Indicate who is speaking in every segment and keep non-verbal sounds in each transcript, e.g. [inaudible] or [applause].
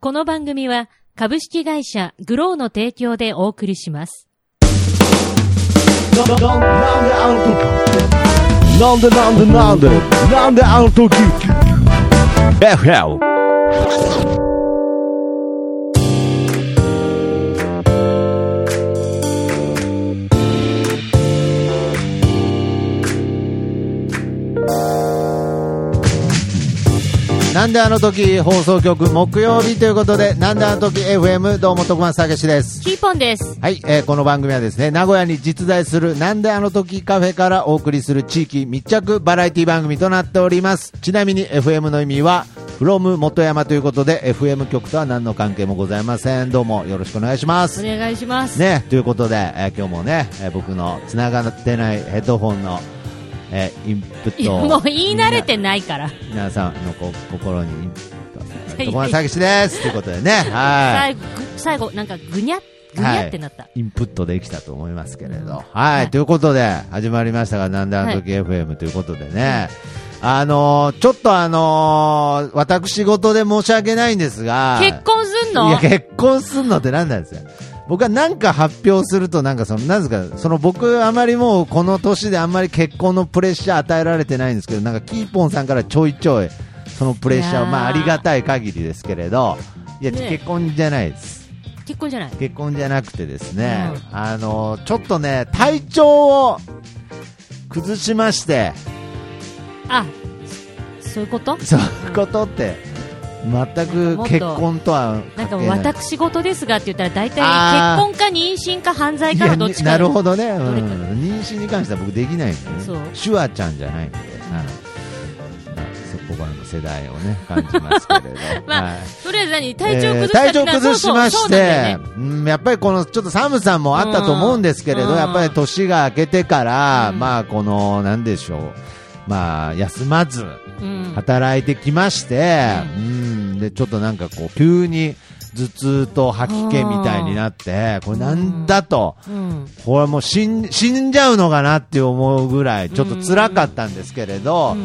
Speaker 1: この番組は株式会社グローの提供でお送りします。
Speaker 2: Landen, landen, auto. Landen, landen, landen. Landen, auto. RL.
Speaker 3: なんであの時放送局木曜日ということで、なんであの時 FM どうも徳松たけしです。
Speaker 1: キーポンです。
Speaker 3: はい、えーこの番組はですね、名古屋に実在するなんであの時カフェからお送りする地域密着バラエティ番組となっております。ちなみに FM の意味は、from 元山ということで、FM 局とは何の関係もございません。どうもよろしくお願いします
Speaker 1: お。願いします。
Speaker 3: ね、ということで、えー今日もね、えー僕の繋がってないヘッドホンの、えーインプッ
Speaker 1: いや
Speaker 3: トを
Speaker 1: もう言い慣れてないから。
Speaker 3: 皆さんのこ心に徳丸詐欺師ですということでね、
Speaker 1: 最
Speaker 3: はい、
Speaker 1: 後、ぐ最後なんかぐにゃ、ぐにゃってなった。
Speaker 3: インプットできたと思いますけれど、はい、
Speaker 1: はい
Speaker 3: ということで始まりましたが、なんであの時 FM ということでね、あのーちょっとあのー私事で申し訳ないんですが、
Speaker 1: 結婚すん
Speaker 3: い
Speaker 1: の
Speaker 3: や結婚すんのってなんなんですよ。僕は何か発表すると、なんかその、なんですか、その僕、あまりもうこの年であんまり結婚のプレッシャー与えられてないんですけど、なんかキーポンさんからちょいちょい、そのプレッシャー
Speaker 1: いや
Speaker 3: を、
Speaker 1: ー
Speaker 3: まあありがたい限りですけれど、いや、
Speaker 1: ね
Speaker 3: 結婚じゃないです。
Speaker 1: 結婚じゃない。
Speaker 3: 結婚じゃなくてですね、
Speaker 1: う
Speaker 3: あの、ちょっとね、体調を崩しまして、
Speaker 1: あ、そそういうこと
Speaker 3: そういうことって、全く結婚とは
Speaker 1: なんか
Speaker 3: 関係ない。
Speaker 1: 私事ですがって言ったら大体
Speaker 3: あー
Speaker 1: 結婚か妊娠か犯罪かのどっちか
Speaker 3: いやなるほどね、う
Speaker 1: どれか
Speaker 3: ん、妊娠に関しては僕できないんでね
Speaker 1: そう、
Speaker 3: シュワちゃんじゃないんで、はいまあ、そこからの世代をね感じますけれど
Speaker 1: [laughs] まあ
Speaker 3: はい
Speaker 1: とりあえず何体調崩した
Speaker 3: えー体
Speaker 1: って
Speaker 3: 調
Speaker 1: な
Speaker 3: 崩し
Speaker 1: そう
Speaker 3: ま
Speaker 1: そうそ
Speaker 3: し
Speaker 1: うなんだ
Speaker 3: て
Speaker 1: よね、
Speaker 3: うんやっぱりこのちょっと寒さもあったと思うんですけれ
Speaker 1: う
Speaker 3: ど、
Speaker 1: ん
Speaker 3: やっぱり年が明けてから、
Speaker 1: うん
Speaker 3: まあこの、なんでしょう、まあ休まず、
Speaker 1: うん
Speaker 3: 働いてきまして、
Speaker 1: う
Speaker 3: うん、で、ちょっとなんかこう、急に頭痛と吐き気みたいになって、これなんだと、
Speaker 1: うん
Speaker 3: これはもう死ん死んじゃうのかなって思うぐらい、ちょっと辛かったんですけれど、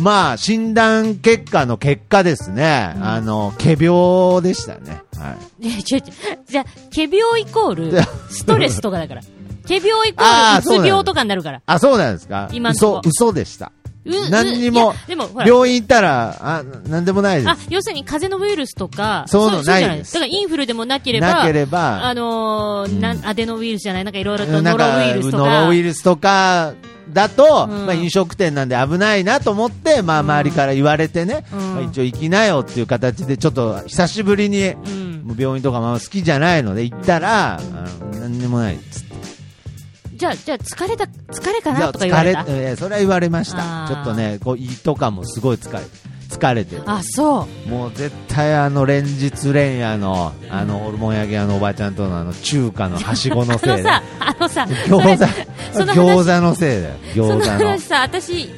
Speaker 3: まあ、診断結果の結果ですね、あの、仮病でしたね。はい。
Speaker 1: いや、ちょ、ちょ、じゃあ、仮病イコール、ストレスとかだから。仮病イコール、
Speaker 3: あー
Speaker 1: うつ
Speaker 3: そうなんだ
Speaker 1: 病とかになるから。
Speaker 3: あ、そうなんですか
Speaker 1: 今んとこ
Speaker 3: 嘘、嘘でした
Speaker 1: う。
Speaker 3: 何にも
Speaker 1: ういやでもほ、ら
Speaker 3: 病院行ったら、あ、なんでもないで
Speaker 1: あ
Speaker 3: す。、
Speaker 1: 要するに風邪のウイルスとか、
Speaker 3: そういうの
Speaker 1: じゃ
Speaker 3: ないです
Speaker 1: だからインフルでもなければ、
Speaker 3: なければ
Speaker 1: あ、のーなん、アデノウイルスじゃない、なんかいろいろと
Speaker 3: な
Speaker 1: ノロ
Speaker 3: んか
Speaker 1: ウイルスと
Speaker 3: ノ
Speaker 1: か。
Speaker 3: ロウイルスとかだと、
Speaker 1: うん
Speaker 3: まあ、飲食店なんで危ないなと思って、まあ、周りから言われてね、
Speaker 1: うん
Speaker 3: まあ、一応行きなよっていう形でちょっと久しぶりに、
Speaker 1: ん
Speaker 3: もう病院とかも好きじゃないので行ったら、あの何にもないっつって
Speaker 1: じゃあ、じゃあ、疲れた、疲れか
Speaker 3: じゃ
Speaker 1: な
Speaker 3: あ
Speaker 1: とか言われた
Speaker 3: 疲。れえーそれは言われまし
Speaker 1: あ
Speaker 3: た
Speaker 1: ー
Speaker 3: ちょっとねこう胃とかもすごい疲れ疲れてる
Speaker 1: あ、そう。
Speaker 3: もう絶対あの連日連夜のあのホルモン焼き屋のおばちゃんとのあの中華のはしごの
Speaker 1: あ
Speaker 3: せい
Speaker 1: の
Speaker 3: で
Speaker 1: さ、あのさ、それ
Speaker 3: 餃子
Speaker 1: その話
Speaker 3: 餃子のせいだよ餃
Speaker 1: そ
Speaker 3: 子
Speaker 1: の
Speaker 3: の
Speaker 1: 話さ、私、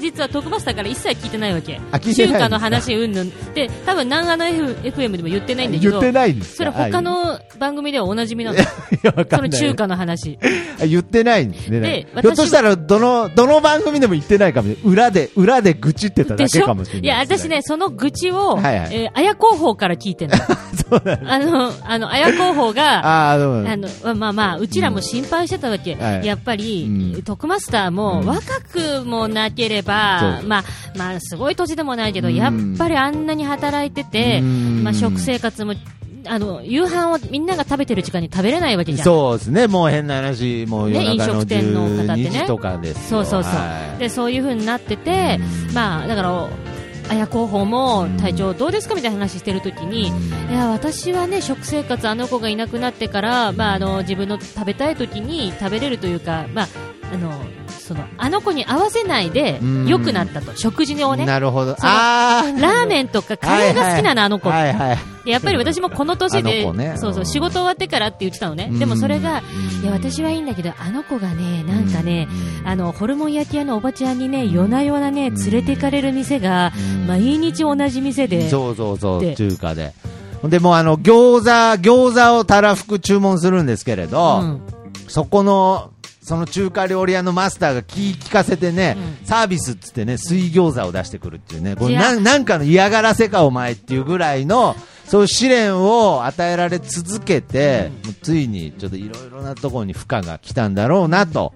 Speaker 1: 実は徳マスターから一切聞いてないわけ。
Speaker 3: あ聞いてないん
Speaker 1: 中
Speaker 3: ですか
Speaker 1: 華の話、うんぬん。で、多分、南アの FM でも言ってないんだけど、
Speaker 3: ないんで
Speaker 1: それ他の番組ではおなじみなの。そ
Speaker 3: いやわかん
Speaker 1: の
Speaker 3: ない
Speaker 1: 中華の話。
Speaker 3: あ言ってないんですね
Speaker 1: で私
Speaker 3: ひょっとしたらどのどの番組でも言ってないかもしれない裏で裏で愚痴ってただ
Speaker 1: で
Speaker 3: け
Speaker 1: し
Speaker 3: か
Speaker 1: ょ
Speaker 3: もしれない
Speaker 1: いや、
Speaker 3: です
Speaker 1: 私ね、その愚痴を、
Speaker 3: はいはい
Speaker 1: えー、綾広報から聞い
Speaker 3: [laughs]
Speaker 1: てんの。あの、あの、綾広報が、
Speaker 3: ああどうも
Speaker 1: あのまあまあ、うちらも心配してたわけ、
Speaker 3: はい
Speaker 1: やっぱり、
Speaker 3: うん
Speaker 1: 徳マスターも
Speaker 3: うん
Speaker 1: 若くもなければ、
Speaker 3: そう
Speaker 1: まあ、まあ、すごい年でもないけど、
Speaker 3: うん
Speaker 1: やっぱりあんなに働いてて、
Speaker 3: うん
Speaker 1: まあ、食生活も、あの、夕飯をみんなが食べてる時間に食べれないわけじゃん。
Speaker 3: そうですねもう変な話もう
Speaker 1: ね
Speaker 3: 夜中
Speaker 1: 飲
Speaker 3: の
Speaker 1: 食店の方ってね
Speaker 3: 12時とかです
Speaker 1: そ
Speaker 3: よ
Speaker 1: うそうそう、
Speaker 3: はい
Speaker 1: でそういう風になってて、
Speaker 3: うん
Speaker 1: まあだから、綾候補も体調どうですかみたいな話してるときに、いや私はね食生活、あの子がいなくなってから、まあ、あの自分の食べたいときに食べれるというか、まあ、あのそのあの子に合わせないで
Speaker 3: うん
Speaker 1: 良くなったと、食事をね。
Speaker 3: なるほど
Speaker 1: その
Speaker 3: ああ
Speaker 1: ラーメンとかカレーが好きなの、あの子、
Speaker 3: はいはい
Speaker 1: でやっぱり私もこの年
Speaker 3: あ
Speaker 1: で、
Speaker 3: の子ね
Speaker 1: そうそうう、
Speaker 3: ん
Speaker 1: 仕事終わってからって言ってたのね。
Speaker 3: うん
Speaker 1: でもそれが、
Speaker 3: うん
Speaker 1: いや、私はいいんだけど、あの子がね、なんかね、
Speaker 3: うん
Speaker 1: あの、ホルモン焼き屋のおばちゃんにね、夜な夜なね、連れて行かれる店が、
Speaker 3: うん
Speaker 1: 毎日同じ店で、
Speaker 3: そうそうそ
Speaker 1: で
Speaker 3: う、中華で。でもうあの餃子、餃子をたらふく注文するんですけれど、
Speaker 1: うん
Speaker 3: そこの、その中華料理屋のマスターが気聞かせてね、サービスっつってね、水餃子を出してくるっていうね、こ
Speaker 1: い
Speaker 3: れ
Speaker 1: や
Speaker 3: なんなんかの嫌がらせかお前っていうぐらいの、そういう試練を与えられ続けて、もうついにちょっといろいろなところに負荷が来たんだろうなと。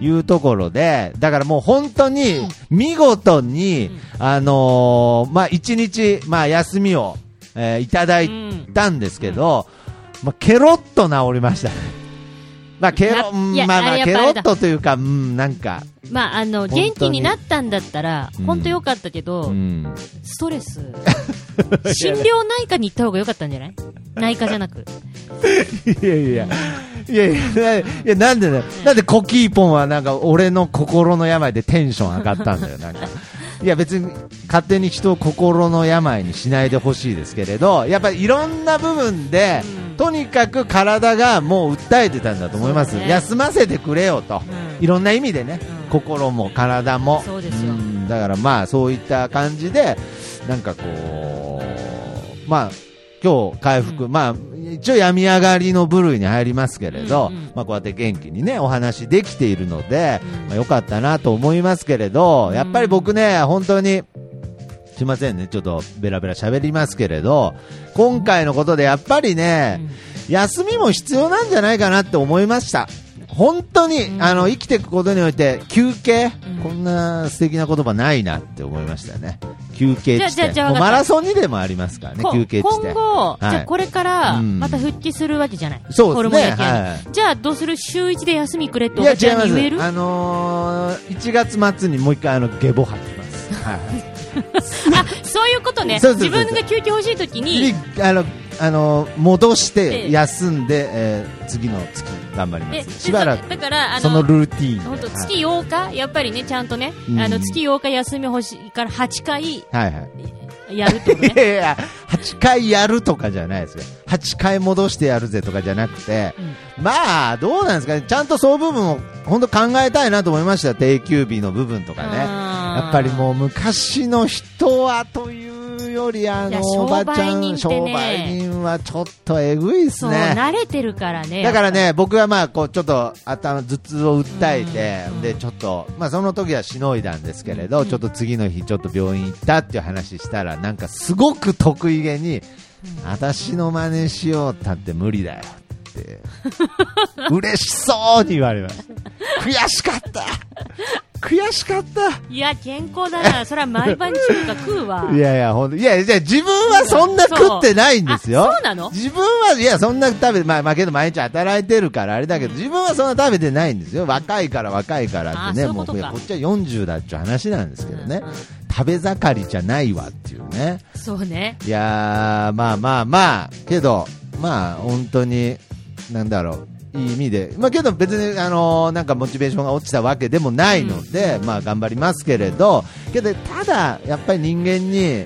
Speaker 3: いうところで、だからもう本当に見事に、あのーまあ一日、まあ休みを、えーいただいたんですけど、まあケロッと治りましたね。まあケロ、
Speaker 1: ないや
Speaker 3: まあ
Speaker 1: あ
Speaker 3: まあ
Speaker 1: れやっ
Speaker 3: ケ
Speaker 1: ぱあ
Speaker 3: ロ
Speaker 1: れだ
Speaker 3: ッとというか、うん、なんか、
Speaker 1: まあ、あの
Speaker 3: 本当に
Speaker 1: 元気になったんだったら、
Speaker 3: うん
Speaker 1: 本当良かったけど、
Speaker 3: うん。
Speaker 1: ストレ
Speaker 3: [laughs]
Speaker 1: ス、心療内科に行った方が良かったんじゃない内科じゃなく、
Speaker 3: いやいや。いやいや、いやなんでね、なんでコキーポンはなんか俺の心の病でテンション上がったんだよ、な
Speaker 1: [laughs]
Speaker 3: んか。いや別に勝手に人を心の病にしないでほしいですけれど、やっぱりいろんな部分で、とにかく体がもう訴えてたんだと思います。
Speaker 1: そうね
Speaker 3: 休ませてくれよと。
Speaker 1: うん
Speaker 3: いろんな意味でね、
Speaker 1: うん
Speaker 3: 心も体も。
Speaker 1: そうですよ
Speaker 3: んだからまあそういった感じで、なんかこう、まあ今日回復、
Speaker 1: う
Speaker 3: まあ一応病み上がりの部類に入りますけれど、
Speaker 1: うんうん
Speaker 3: まあこうやって元気にね、お話できているので、
Speaker 1: うん
Speaker 3: まあ良かったなと思いますけれど、やっぱり僕ね、本当に、すいませんね、ちょっとベラベラ喋りますけれど、今回のことでやっぱりね、休みも必要なんじゃないかなって思いました。本当に、
Speaker 1: うん
Speaker 3: あの生きていくことにおいて休憩、
Speaker 1: うん
Speaker 3: こんな素敵な言葉ないなって思いましたね。休憩
Speaker 1: じゃあ
Speaker 3: 地
Speaker 1: じゃあ
Speaker 3: 点
Speaker 1: じゃあ
Speaker 3: もう
Speaker 1: 分かった
Speaker 3: マラソンにでもありますからね
Speaker 1: こ
Speaker 3: 休憩地
Speaker 1: 今
Speaker 3: 点。
Speaker 1: 後、
Speaker 3: い
Speaker 1: じゃあこれから
Speaker 3: うん
Speaker 1: また復帰するわけじゃない、
Speaker 3: そうですね
Speaker 1: ホルモン焼きは
Speaker 3: はい
Speaker 1: じゃあどうする、週一で休みくれって
Speaker 3: い
Speaker 1: お
Speaker 3: や
Speaker 1: ばち
Speaker 3: 違い
Speaker 1: ゃん
Speaker 3: ま
Speaker 1: に言える
Speaker 3: す。あのー、1月末にもう一回あの下ボ吐き
Speaker 1: [laughs]
Speaker 3: ます。はい
Speaker 1: あそういうことね
Speaker 3: そうそうそう
Speaker 1: 自分が休憩欲しいときに
Speaker 3: にあのあの戻して休んで、えー次の月頑張りま。
Speaker 1: です
Speaker 3: しばらく
Speaker 1: だからあ
Speaker 3: その
Speaker 1: の
Speaker 3: ルーティーン
Speaker 1: 本
Speaker 3: で。
Speaker 1: 当月8日、やっぱりね、ちゃんとね、
Speaker 3: うん
Speaker 1: あの月8日休み欲しいから8回
Speaker 3: はいはいはい。
Speaker 1: やるってことね
Speaker 3: い [laughs] 、やいや、8回やるとかじゃないですよ。8回戻してやるぜとかじゃなくて、
Speaker 1: うん
Speaker 3: まあ、どうなんですかね。ちゃんとそういう部分を本当考えたいなと思いました。定休日の部分とかね。
Speaker 1: あー
Speaker 3: やっぱりもう昔の人はというより、あ
Speaker 1: いや
Speaker 3: の、おばちゃ
Speaker 1: 商
Speaker 3: ん、
Speaker 1: 売人ってね
Speaker 3: 商売人はちょっとえぐいです
Speaker 1: そう、
Speaker 3: ね。
Speaker 1: 慣れてるからね。
Speaker 3: だから
Speaker 1: やっ
Speaker 3: ね、僕はまあこうちょっと頭頭痛を訴えて、でちょっとまあその時はしのいだんですけれど、ちょっと次の日、ちょっと病院行ったっていう話したら、なんかすごく得意げに、私の真似しようったって無理だよって、 [laughs] 嬉しそうに言われました。悔しかった悔しかった
Speaker 1: ぱいや、健康だな。それは毎晩中華食うわ。
Speaker 3: [laughs] いやいや、ほんと、いやいや、自分はそんな食ってないんですよ。
Speaker 1: そうあそうなの
Speaker 3: 自分は、いや、そんな食べ、まあ、まあ、けど毎日働いてるからあれだけど、自分はそんな食べてないんですよ。若いから若いからってね、
Speaker 1: あそういう
Speaker 3: も
Speaker 1: こ
Speaker 3: う、
Speaker 1: と
Speaker 3: こ
Speaker 1: か
Speaker 3: やこっちは40だっちゅう話なんですけどね
Speaker 1: うんうん。
Speaker 3: 食べ盛りじゃないわっていうね。
Speaker 1: そうね。
Speaker 3: いやー、まあまあまあ、けど、まあ、本当に、なんだろう、いい意味で、まあけど別に、あのーなんかモチベーションが落ちたわけでもないので、まあ頑張りますけれど、けど、ただ、やっぱり人間に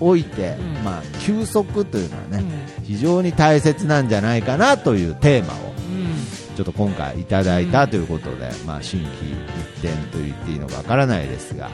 Speaker 3: おいて、
Speaker 1: うん
Speaker 3: まあ、休息というのはね、
Speaker 1: う
Speaker 3: 非常に大切なんじゃないかなというテーマを、
Speaker 1: うん。
Speaker 3: ちょっと今回いただいたということで、まあ、新規一点と言っていいのかわからないですが、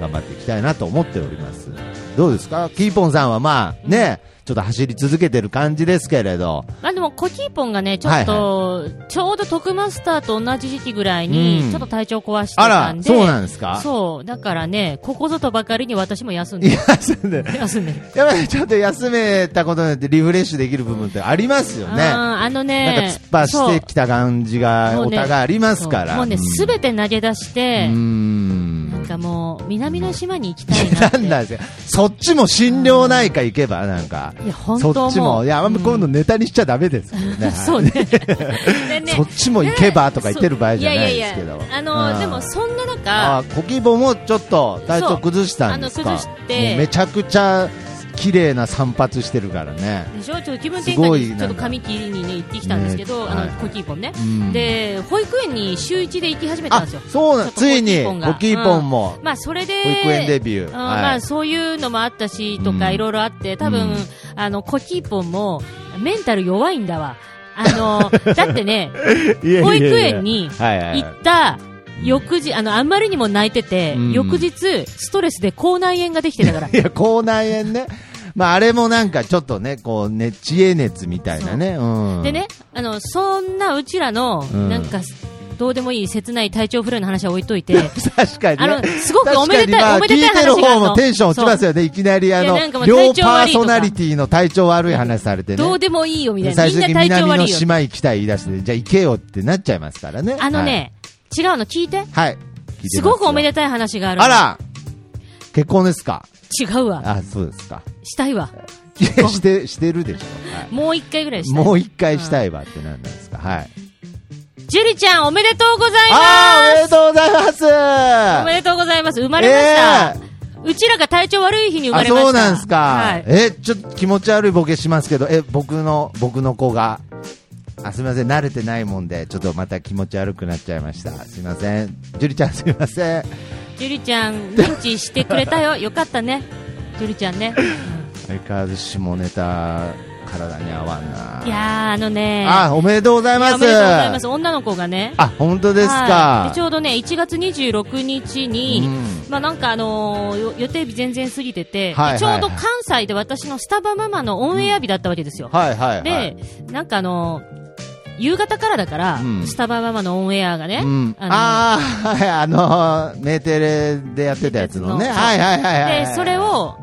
Speaker 3: 頑張っていきたいなと思っております。どうですかキーポンさんはまあね、ちょっと走り続けてる感じですけれど。
Speaker 1: まあでも、コキーポンがね、ちょっと、ちょうど徳マスターと同じ時期ぐらいに
Speaker 3: うん、
Speaker 1: ちょっと体調壊して
Speaker 3: あ
Speaker 1: た
Speaker 3: ら
Speaker 1: ん、で。
Speaker 3: そうなんですか
Speaker 1: そうだからね、ここぞとばかりに私も休ん
Speaker 3: い
Speaker 1: で
Speaker 3: や、、それで、
Speaker 1: 休ん
Speaker 3: [laughs]
Speaker 1: でる。
Speaker 3: やっぱりちょっと休めたことによってリフレッシュできる部分ってありますよね。
Speaker 1: あーあの
Speaker 3: なんか
Speaker 1: ね、
Speaker 3: 突っ走ってきた感じが
Speaker 1: そう
Speaker 3: お互いありますか
Speaker 1: そう
Speaker 3: ら。、
Speaker 1: もうね、すべて投げ出してて
Speaker 3: う、ん。
Speaker 1: なんかもう、南の島に行きたいなっ
Speaker 3: な
Speaker 1: て。
Speaker 3: んだですよ。そっちも診療内科行けば、なんか。
Speaker 1: いや本当
Speaker 3: そっちも。
Speaker 1: もう
Speaker 3: いや、あんま
Speaker 1: うん
Speaker 3: 今度ネタにしちゃダメですけど [laughs]
Speaker 1: [laughs]
Speaker 3: ね。
Speaker 1: そうね。でね
Speaker 3: そっちも行けばとか言ってる場合じゃないですけど。
Speaker 1: やいやいやあの、
Speaker 3: うん
Speaker 1: でもそんな中
Speaker 3: あ、コキボもちょっと体調崩したんですか
Speaker 1: そうあの崩して
Speaker 3: もうめちゃくちゃ綺麗な散髪してるからね
Speaker 1: でしょちょっと気分
Speaker 3: す
Speaker 1: 転
Speaker 3: ご
Speaker 1: 換
Speaker 3: い
Speaker 1: にちょっと髪切りにね行ってきたんですけど、
Speaker 3: ね
Speaker 1: あ
Speaker 3: はい
Speaker 1: のコキーポンね、
Speaker 3: うん
Speaker 1: で保育園に週一で行き始めたん
Speaker 3: あ
Speaker 1: ですよ。
Speaker 3: そうなん
Speaker 1: ちょっと
Speaker 3: ついに
Speaker 1: コキーポンが
Speaker 3: コキーポンも、
Speaker 1: まあそれで
Speaker 3: 保育園デビュー
Speaker 1: うん
Speaker 3: はい
Speaker 1: まあそういうのもあったしとか
Speaker 3: うん
Speaker 1: いろいろあって多分、
Speaker 3: うん
Speaker 1: あのコキーポンもメンタル弱いんだわ。あ
Speaker 3: [laughs]
Speaker 1: のだってね保育園に
Speaker 3: はいはいはい
Speaker 1: 行った翌日あのあんまりにも泣いてて、
Speaker 3: うん
Speaker 1: 翌日ストレスで口内炎ができてたから
Speaker 3: い。や口内炎ねまああれもなんかちょっとねこうね知恵熱みたいなねうん
Speaker 1: でね、あの、そんなうちらの、
Speaker 3: うん
Speaker 1: なんか、どうでもいい切ない体調不良の話は置いと
Speaker 3: [laughs]
Speaker 1: いて
Speaker 3: 確かに、ね、
Speaker 1: あのすごくおめでたい
Speaker 3: 確かにまあ
Speaker 1: おめでたい話があるの
Speaker 3: 聞いてる方もテンション落ちますよね。いきなりあ
Speaker 1: い
Speaker 3: の
Speaker 1: やなんかも、う
Speaker 3: 両
Speaker 1: 体
Speaker 3: パ
Speaker 1: 調悪
Speaker 3: ー
Speaker 1: いとか
Speaker 3: ソナリティの体調悪い話されてね。
Speaker 1: どうでもいいよみたいな
Speaker 3: 最
Speaker 1: みん
Speaker 3: 終
Speaker 1: な
Speaker 3: 的に
Speaker 1: 体調
Speaker 3: 南
Speaker 1: 悪
Speaker 3: の
Speaker 1: いよ
Speaker 3: 島行きたい言い出して、じゃあ行けよってなっちゃいますからね。
Speaker 1: あのね、違うの聞いて
Speaker 3: はい。はい。聞いてますよ
Speaker 1: ごくおめでたい話があるの
Speaker 3: あら結婚ですか
Speaker 1: 違うわ
Speaker 3: あ、そうですか。
Speaker 1: したいわ
Speaker 3: いやして、してるでしょ。はい
Speaker 1: もう一回ぐらいしたい
Speaker 3: もう一回したいわってなんなんですか。はい。
Speaker 1: ジュリちゃんおめでとうござい
Speaker 3: あーお
Speaker 1: ま
Speaker 3: めですとうございます
Speaker 1: おめでとうございます生まれました、
Speaker 3: え
Speaker 1: うちらが体調悪い日に生ま
Speaker 3: あ、
Speaker 1: れました
Speaker 3: そうなんですか。
Speaker 1: はい、
Speaker 3: え、ちょっと気持ち悪いボケしますけど、え、僕の、僕の子が。あ、すみません、慣れてないもんで、ちょっとまた気持ち悪くなっちゃいました。すみません、ジュリちゃん、すみません。
Speaker 1: ジュリちゃ
Speaker 3: [laughs]
Speaker 1: ん認知してくれたよよかったねジュリちゃんね
Speaker 3: 相変わらず下ネタ、体に合わんな。
Speaker 1: いやーあのね
Speaker 3: あ、おめでとうござい
Speaker 1: い
Speaker 3: ます。
Speaker 1: やおめでとうございます女の子がね
Speaker 3: あ、本当です
Speaker 1: はい
Speaker 3: か
Speaker 1: で。ちょうどね1月26日に、
Speaker 3: うん
Speaker 1: まあなんかあのーよ予定日全然過ぎてて、
Speaker 3: はい
Speaker 1: でちょうど
Speaker 3: はいはい
Speaker 1: 関西で私のスタバママのオンエア日だったわけですよ、
Speaker 3: はいはいはい。
Speaker 1: でなんかあのー夕方からだから、
Speaker 3: うん
Speaker 1: スタバママのオンエアがね、
Speaker 3: うん、
Speaker 1: あのー
Speaker 3: ああー、はい、あのー、メーテレでやってたやつのね。
Speaker 1: やつの
Speaker 3: はいはいはいはい。
Speaker 1: でそれ、を、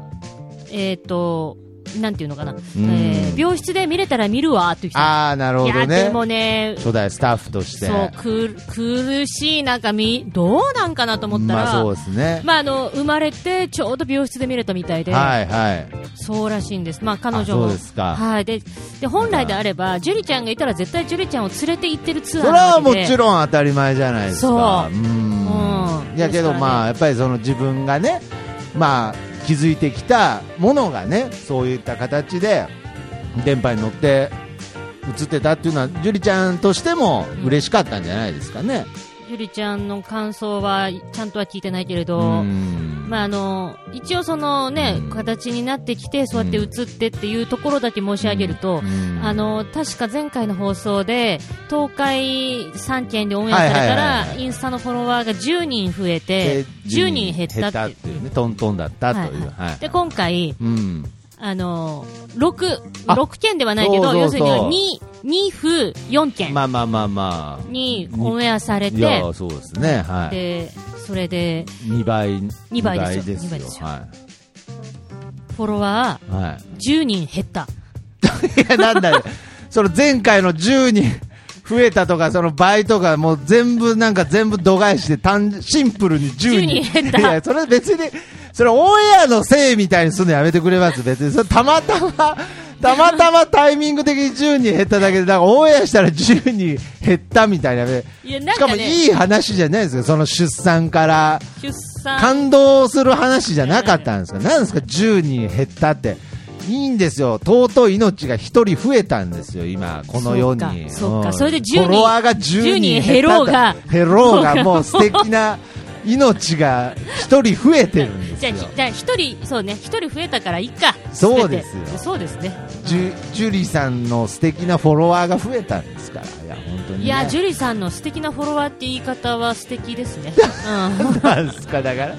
Speaker 1: えっとなんていうのかな、え
Speaker 3: ん
Speaker 1: ー病室で見れたら見るわっていう人
Speaker 3: ああ、なるほ
Speaker 1: いや
Speaker 3: どね。
Speaker 1: でもね、
Speaker 3: 初代スタッフとして。
Speaker 1: そうく苦しいなんかみどうなんかなと思ったら、
Speaker 3: まあそうですね。
Speaker 1: まああの生まれてちょうど病室で見れたみたいで、
Speaker 3: はいはい。
Speaker 1: そうらしいんです、まあ、彼
Speaker 3: あ
Speaker 1: 女
Speaker 3: そ
Speaker 1: も
Speaker 3: うですか
Speaker 1: はい、でで本来であれば、ジュリちゃんがいたら絶対ジュリちゃんを連れて行ってるツ
Speaker 3: そ
Speaker 1: アー
Speaker 3: れ
Speaker 1: な
Speaker 3: は
Speaker 1: わ
Speaker 3: も
Speaker 1: けで
Speaker 3: ちろん当たり前じゃないですか。
Speaker 1: そう
Speaker 3: うー。
Speaker 1: うんん
Speaker 3: いやけ
Speaker 1: ですか
Speaker 3: ど
Speaker 1: らね
Speaker 3: まあ、やっぱりその自分がね、まあ、気づいてきたものがね、そういった形で、電波に乗って、映ってたっていうのは、樹里ちゃんとしても嬉しかったんじゃないですかね。
Speaker 1: ジュリちゃんの感想はちゃんとは聞いてないけれ
Speaker 3: う
Speaker 1: ど、
Speaker 3: ん
Speaker 1: まああの一応そのね、形になってきてそうやって映ってっていうところだけ申し上げると、
Speaker 3: うん
Speaker 1: あの確か前回の放送で東海3県でオンエアされた
Speaker 3: はいはいはい
Speaker 1: ら
Speaker 3: はい
Speaker 1: インスタのフォロワーが10人増えて
Speaker 3: で
Speaker 1: 10人減ったっていう。
Speaker 3: いうね、トントンだったとい
Speaker 1: は
Speaker 3: う。
Speaker 1: い
Speaker 3: はい
Speaker 1: で今回、
Speaker 3: うん。
Speaker 1: あの六
Speaker 3: あ
Speaker 1: 六件ではないけ
Speaker 3: そう
Speaker 1: ど、
Speaker 3: そう
Speaker 1: 要する
Speaker 3: そう
Speaker 1: に二二府四件
Speaker 3: まあまあまあまあ。
Speaker 1: にオンエアされ
Speaker 3: い
Speaker 1: て
Speaker 3: や、、そうですね。はい。
Speaker 1: でそれで
Speaker 3: 2倍
Speaker 1: 二倍ですよ
Speaker 3: 二
Speaker 1: 二倍ですよ
Speaker 3: は
Speaker 1: フォロワ
Speaker 3: い、は
Speaker 1: ー10人減った。
Speaker 3: い、いやなんだよその前回の10人増えたとかその倍とかもう全部なんか全部度外して単シンプルに10
Speaker 1: 10
Speaker 3: 人
Speaker 1: 人減った
Speaker 3: いやそれ別にそれオンエアのせいみたいにするのやめてくれます別にそれたまたまたまたまタイミング的に10人減っただけでなんかオンエアしたら10人減ったみたいなやめ
Speaker 1: いやなん
Speaker 3: しか
Speaker 1: か
Speaker 3: も
Speaker 1: ね
Speaker 3: いい話じゃないですよその出産から
Speaker 1: 出産
Speaker 3: 感動する話じゃなかったんですか、なんですか、10人減ったって、いいんですよ、尊い命が1人増えたんですよ、今、この世に。
Speaker 1: そうかそうか
Speaker 3: ん
Speaker 1: それで10人
Speaker 3: フォロワーが10
Speaker 1: 10
Speaker 3: 人
Speaker 1: 人
Speaker 3: 減
Speaker 1: 減
Speaker 3: ろ
Speaker 1: ろ
Speaker 3: う
Speaker 1: う
Speaker 3: が
Speaker 1: が、
Speaker 3: 減ろうが、もう素敵な命が1人増えてるんです
Speaker 1: じゃあ
Speaker 3: よ。
Speaker 1: ひじゃあ一人そうね一人増えたからいいか。
Speaker 3: そうですよ
Speaker 1: 全てそうですね。
Speaker 3: ジュジュリさんの素敵なフォロワーが増えたんですから、いや、本当に、ね。
Speaker 1: いやジュリさんの素敵なフォロワーって言い方は素敵です
Speaker 3: [laughs]
Speaker 1: ね。うん。
Speaker 3: なんすかだから。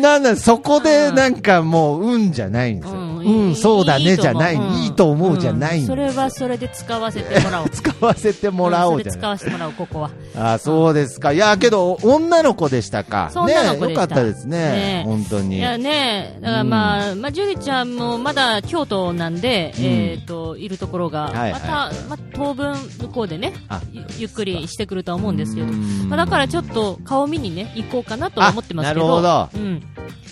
Speaker 3: なんなんそこでなんかもう、うんじゃないんです
Speaker 1: う
Speaker 3: よ。
Speaker 1: ん
Speaker 3: うん、そうだねじゃない、いいと思うじゃないん
Speaker 1: ん
Speaker 3: です
Speaker 1: そ
Speaker 3: よ
Speaker 1: れはそれで使わせてもらおう
Speaker 3: 使わせて [laughs] もらお
Speaker 1: そ
Speaker 3: うじ
Speaker 1: れ
Speaker 3: ゃ
Speaker 1: で使
Speaker 3: ない
Speaker 1: わせてもらおうここは
Speaker 3: あそうですかいやけど女の子でしたか
Speaker 1: そう女の子でした
Speaker 3: ねよかったですね
Speaker 1: ねえ
Speaker 3: 本当に
Speaker 1: いやねだからまあ、まあ、ジュリちゃんもまだ京都なんで、
Speaker 3: うん
Speaker 1: えっ、といるところが、
Speaker 3: はいはい
Speaker 1: また、まあ、当分向こうでね
Speaker 3: あ
Speaker 1: ゆゆっくりしてくるとは思うんですけど、
Speaker 3: うん
Speaker 1: まあ、だからちょっと顔見にね行こうかなとは思ってますけど
Speaker 3: あなるほ
Speaker 1: うん、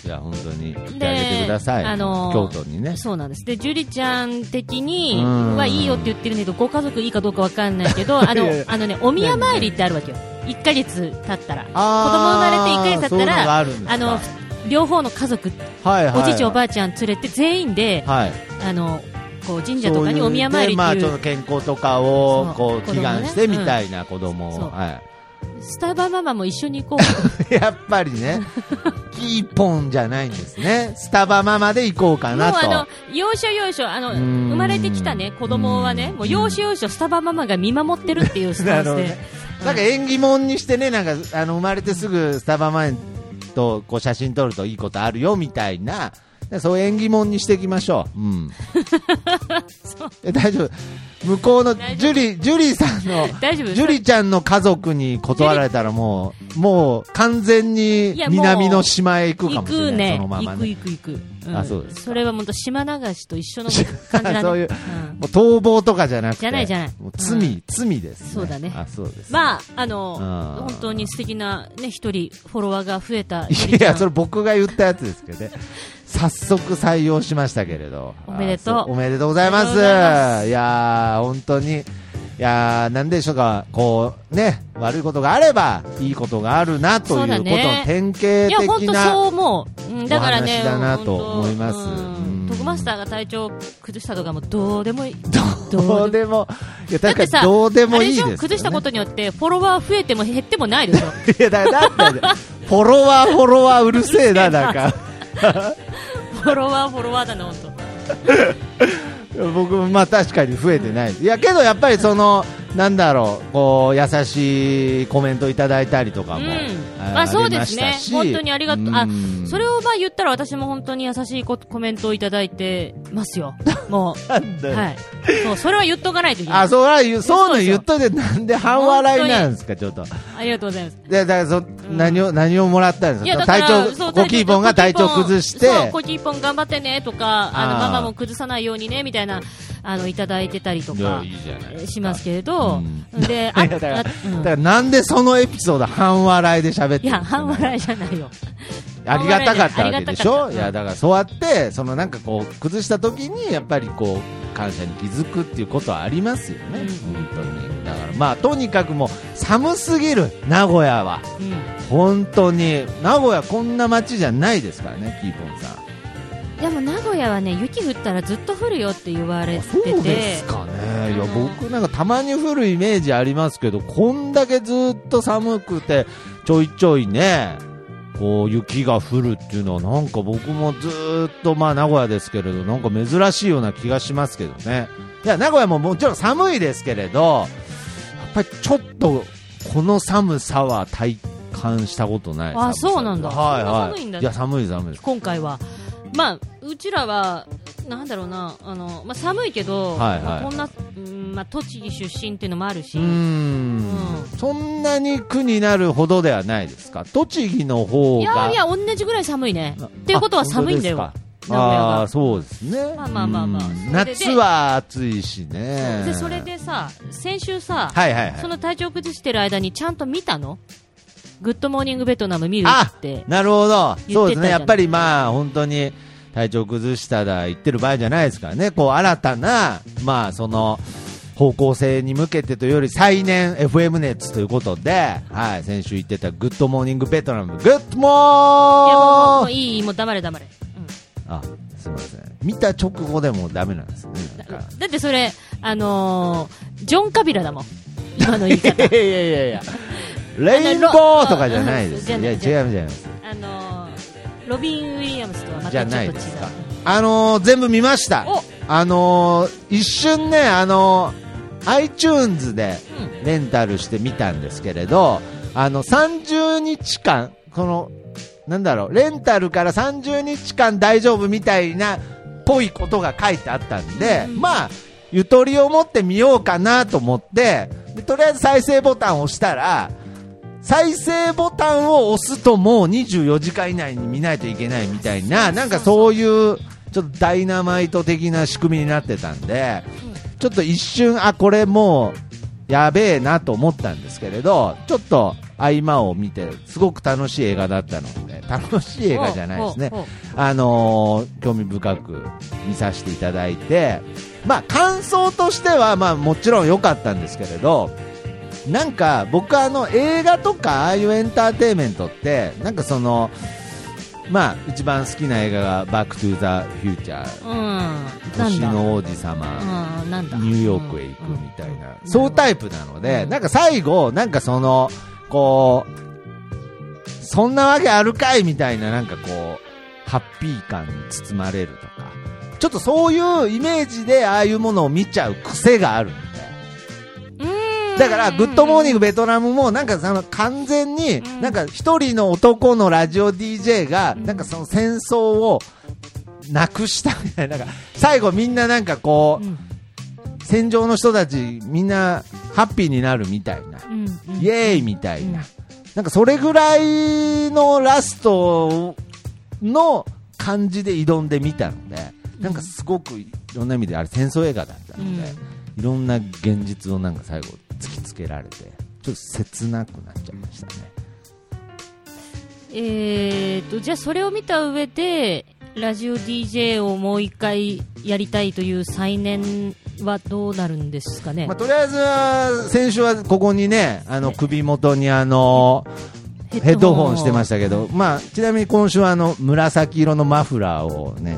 Speaker 3: いや本当に行って
Speaker 1: で
Speaker 3: あげてください、
Speaker 1: あのー
Speaker 3: 京都にね
Speaker 1: そうなんですでジュリちゃん的に
Speaker 3: うん
Speaker 1: はいいよって言ってるんだけどご家族いいかどうかわかんないけ
Speaker 3: [laughs]
Speaker 1: どあのあのねお宮参りってあるわけよ1ヶ月経ったら子供
Speaker 3: あー
Speaker 1: 生まれて1ヶ月経
Speaker 3: そうい
Speaker 1: った
Speaker 3: うのが
Speaker 1: ら
Speaker 3: あるんですか
Speaker 1: の両方の家族
Speaker 3: はいはい
Speaker 1: おじいちゃんおばあちゃん連れて全員で、
Speaker 3: はい
Speaker 1: あのこう神社とかにお宮参りって
Speaker 3: そういうねまあ
Speaker 1: い
Speaker 3: ちょっ
Speaker 1: う
Speaker 3: と健康とかを
Speaker 1: そう
Speaker 3: こう
Speaker 1: 子供
Speaker 3: 祈
Speaker 1: ね
Speaker 3: 願してみたいな子供
Speaker 1: うん
Speaker 3: を、
Speaker 1: そう
Speaker 3: は
Speaker 1: スタバママも一緒に行こう
Speaker 3: い、 [laughs] やっぱり
Speaker 1: [laughs]
Speaker 3: ねキーポンじゃないんですねスタバママで行こうか
Speaker 1: もう
Speaker 3: なと
Speaker 1: あの要所要所あの
Speaker 3: うん
Speaker 1: 生まれてきたね子供はねもう要所要所スタバママが見守ってるっていうスタ
Speaker 3: [laughs] な
Speaker 1: ン
Speaker 3: る
Speaker 1: ス
Speaker 3: ほど
Speaker 1: で、
Speaker 3: ねなんか縁起物にしてね、なんかあの生まれてすぐスタバマンとこう写真撮るといいことあるよみた
Speaker 1: [laughs]
Speaker 3: いな、そういう縁起物にしていきましょう。うん、え大丈夫向こうのジュリジュリさんの
Speaker 1: [laughs] 大丈夫
Speaker 3: ジュリちゃんの家族に断られたらもうもう完全に
Speaker 1: いやもう
Speaker 3: 南の島へ行くか
Speaker 1: 行
Speaker 3: もしれ
Speaker 1: く
Speaker 3: ない
Speaker 1: ね
Speaker 3: そのまま
Speaker 1: 行く
Speaker 3: ね
Speaker 1: 行く行く、ん
Speaker 3: あそうですか
Speaker 1: それは本当島流しと一
Speaker 3: [laughs]
Speaker 1: 緒の感じだね
Speaker 3: そういうんもう逃亡とかじゃなくて
Speaker 1: じゃないじゃない
Speaker 3: もう罪、
Speaker 1: うん
Speaker 3: 罪です、ね、
Speaker 1: そうだね
Speaker 3: あそうです
Speaker 1: まああの
Speaker 3: うん
Speaker 1: 本当に素敵なね一人フォロワーが増えた
Speaker 3: いやそれ僕が言ったやつですけ
Speaker 1: [laughs]
Speaker 3: どね早速採用しましたけれど
Speaker 1: おめでとう
Speaker 3: あそおめでとうございます
Speaker 1: お
Speaker 3: い
Speaker 1: めでとうございます
Speaker 3: やー本当にいやーなんでしょうかこうね悪いことがあればいいことがあるなという
Speaker 1: そ
Speaker 3: こ
Speaker 1: う
Speaker 3: と
Speaker 1: だ
Speaker 3: の
Speaker 1: ね
Speaker 3: 典
Speaker 1: いや
Speaker 3: 型
Speaker 1: 本
Speaker 3: 的
Speaker 1: 当
Speaker 3: な
Speaker 1: そう思う、うん、だからね
Speaker 3: お話だな
Speaker 1: 本
Speaker 3: と
Speaker 1: 当
Speaker 3: 思います
Speaker 1: うん
Speaker 3: うん
Speaker 1: トクマスターが体調崩したとかもどうでもいい
Speaker 3: どうでもいや
Speaker 1: だっ
Speaker 3: 確か
Speaker 1: て
Speaker 3: に
Speaker 1: さ
Speaker 3: どうでもいいです
Speaker 1: あ
Speaker 3: よ
Speaker 1: れでし
Speaker 3: ね
Speaker 1: ょ崩したことによってフォロワー増えても減ってもないで
Speaker 3: [laughs]
Speaker 1: しょ
Speaker 3: いやだだってフォロワーフォロワーうるせえななんか
Speaker 1: フォロワーフォロワーだな本当
Speaker 3: 僕もまあ確かに増えてないいやけどやっぱりそのなんだろうこう優しいコメントいただいたりとかも、
Speaker 1: うん
Speaker 3: あ
Speaker 1: まあそうです
Speaker 3: あり
Speaker 1: ね
Speaker 3: ましたし
Speaker 1: 本当にありがとうあ
Speaker 3: ん
Speaker 1: それをまあ言ったら私も本当に優しいこコメントをいただいてます
Speaker 3: [laughs]
Speaker 1: よもう
Speaker 3: なんだよ
Speaker 1: はいそうそれは言っとかないといけない
Speaker 3: あそうは言うそう
Speaker 1: そう
Speaker 3: の
Speaker 1: ですよ
Speaker 3: 言っといてなんで半笑いなんですかちょっと
Speaker 1: ありがとうございます
Speaker 3: でだからそ、何を何をもらったんです
Speaker 1: いやだ
Speaker 3: か
Speaker 1: から
Speaker 3: 体
Speaker 1: そ
Speaker 3: 調
Speaker 1: う
Speaker 3: ゴキボンが体調崩して
Speaker 1: そうコキポン頑張ってねとかあの
Speaker 3: あー
Speaker 1: ママも崩さないようにねみたいなあのいただいてたりと
Speaker 3: いや
Speaker 1: か
Speaker 3: いいじゃない
Speaker 1: しますけれど、で
Speaker 3: い
Speaker 1: あ
Speaker 3: [laughs] やだから
Speaker 1: あうん
Speaker 3: だからなんでそのエピソード半笑いで喋って
Speaker 1: い
Speaker 3: るんですか
Speaker 1: や半
Speaker 3: ね
Speaker 1: 笑いじゃないよ
Speaker 3: ありがたかったわけでしょ、
Speaker 1: ありがたかった
Speaker 3: いやだからそうやって、そのなんかこう、崩した時に、やっぱりこう、感謝に気づくっていうことはありますよね、
Speaker 1: うん
Speaker 3: 本当に。だからまあ、とにかくもう、寒すぎる、名古屋は。
Speaker 1: うん
Speaker 3: 本当に。名古屋こんな街じゃないですからね、キーポンさん。
Speaker 1: でも名古屋はね雪降ったらずっと降るよって言われ
Speaker 3: あ
Speaker 1: て
Speaker 3: そ
Speaker 1: て
Speaker 3: うですかね。いや、
Speaker 1: うん
Speaker 3: 僕なんかたまに降るイメージありますけど、こんだけずっと寒くて、ちょいちょいね、こう雪が降るっていうのはなんか僕もずーっとまあ名古屋ですけれど、なんか珍しいような気がしますけどね。いや、名古屋ももちろん寒いですけれど、やっぱりちょっとこの寒さは体感したことない
Speaker 1: あ
Speaker 3: 寒さで
Speaker 1: そうなんだ
Speaker 3: はい
Speaker 1: そんな
Speaker 3: はい。
Speaker 1: 寒いんだ
Speaker 3: いや、寒い寒い。
Speaker 1: 今回はまあうちらはなんだろうなあの、まあ、寒いけど、
Speaker 3: はいはい
Speaker 1: まあこんな、うんまあ、栃木出身っていうのもあるし、
Speaker 3: うーん
Speaker 1: う
Speaker 3: そんなに苦になるほどではないですか栃木の方
Speaker 1: いや
Speaker 3: が
Speaker 1: いや同じぐらい寒いね
Speaker 3: あ
Speaker 1: っていうことは寒いんだよ
Speaker 3: あ本当ですか
Speaker 1: 名古屋が
Speaker 3: あーそうですね
Speaker 1: まあまあまあまあ
Speaker 3: うん
Speaker 1: それで
Speaker 3: 夏は暑いしね
Speaker 1: でそれでさ先週さ、
Speaker 3: はいはいはい
Speaker 1: その体調崩してる間にちゃんと見たの「グッドモーニングベトナム」見る
Speaker 3: あ
Speaker 1: って
Speaker 3: なるほど
Speaker 1: たじゃん
Speaker 3: そうですねやっぱりまあ本当に体調崩したら言ってる場合じゃないですからねこう新たなまあその方向性に向けてというより再燃 FM 熱ということで、はい、先週言ってたグッドモーニングベトナム、グッドモ
Speaker 1: いやもうも
Speaker 3: ー
Speaker 1: ういいもう黙れ黙れ、うん
Speaker 3: あすみません見た直後でもダメなんですねなんか
Speaker 1: だってそれ、あのージョン・カビラだもん、今の言い
Speaker 3: [laughs]
Speaker 1: 方、
Speaker 3: [laughs] いやいやいやいやレインボーとかじゃないです
Speaker 1: あ
Speaker 3: い
Speaker 1: の
Speaker 3: や
Speaker 1: ロ
Speaker 3: 違う
Speaker 1: じゃ
Speaker 3: 違います
Speaker 1: あのーロビン・ウィリアムスとはま
Speaker 3: じゃ
Speaker 1: たちょっと
Speaker 3: な
Speaker 1: 違
Speaker 3: いうですかあのー全部見ました
Speaker 1: お
Speaker 3: あのー一瞬ねあのー iTunes でレンタルしてみたんですけれどあの30日間このなんだろうレンタルから30日間大丈夫みたいなっぽいことが書いてあったんで、
Speaker 1: うん
Speaker 3: まあゆとりを持ってみようかなと思ってでとりあえず再生ボタンを押したら再生ボタンを押すともう24時間以内に見ないといけないみたいななんかそういうちょっとダイナマイト的な仕組みになってたんでちょっと一瞬あこれもうやべえなと思ったんですけれどちょっと合間を見てすごく楽しい映画だったので楽しい映画じゃないですね
Speaker 1: おうおう
Speaker 3: あのー興味深く見させていただいて、まあ、感想としては、まあ、もちろん良かったんですけれどなんか僕はあの映画とかああいうエンターテインメントってなんかその、まあ、一番好きな映画が「バック・トゥ・ザ・フューチャー
Speaker 1: おううん、」
Speaker 3: 「
Speaker 1: なん
Speaker 3: 星
Speaker 1: だ、
Speaker 3: の王子様」
Speaker 1: うん、なんだ、
Speaker 3: ニューヨークへ行くみたいな、
Speaker 1: うん
Speaker 3: そうタイプなので、
Speaker 1: うん
Speaker 3: なんか最後、なんかその、こう、そんなわけあるかいみたいな、なんかこう、ハッピー感に包まれるとか、ちょっとそういうイメージでああいうものを見ちゃう癖があるんで、
Speaker 1: うん
Speaker 3: だから、グッドモーニングベトナムも、なんかその完全に
Speaker 1: う、ん
Speaker 3: なんか一人の男のラジオ DJ が、
Speaker 1: うん
Speaker 3: なんかその戦争をなくしたみたいな、なんか最後みんななんかこう
Speaker 1: う、ん
Speaker 3: 戦場の人たちみんなハッピーになるみたいな、
Speaker 1: うんうん
Speaker 3: イエーイみたいな、
Speaker 1: うん
Speaker 3: なんかそれぐらいのラストの感じで挑んでみたので、なんかすごくいろんな意味であれ戦争映画だったので、いろんな現実をなんか最後突きつけられてちょっと切なくなっちゃいましたね。
Speaker 1: えー、とじゃあそれを見た上でラジオ DJ をもう一回やりたいという再燃はどうなるんですかね、
Speaker 3: まあ、とりあえずは先週はここにねあの
Speaker 1: ね
Speaker 3: 首元にあのヘッドホンしてましたけど、まあ、ちなみに今週はあの紫色のマフラーをね、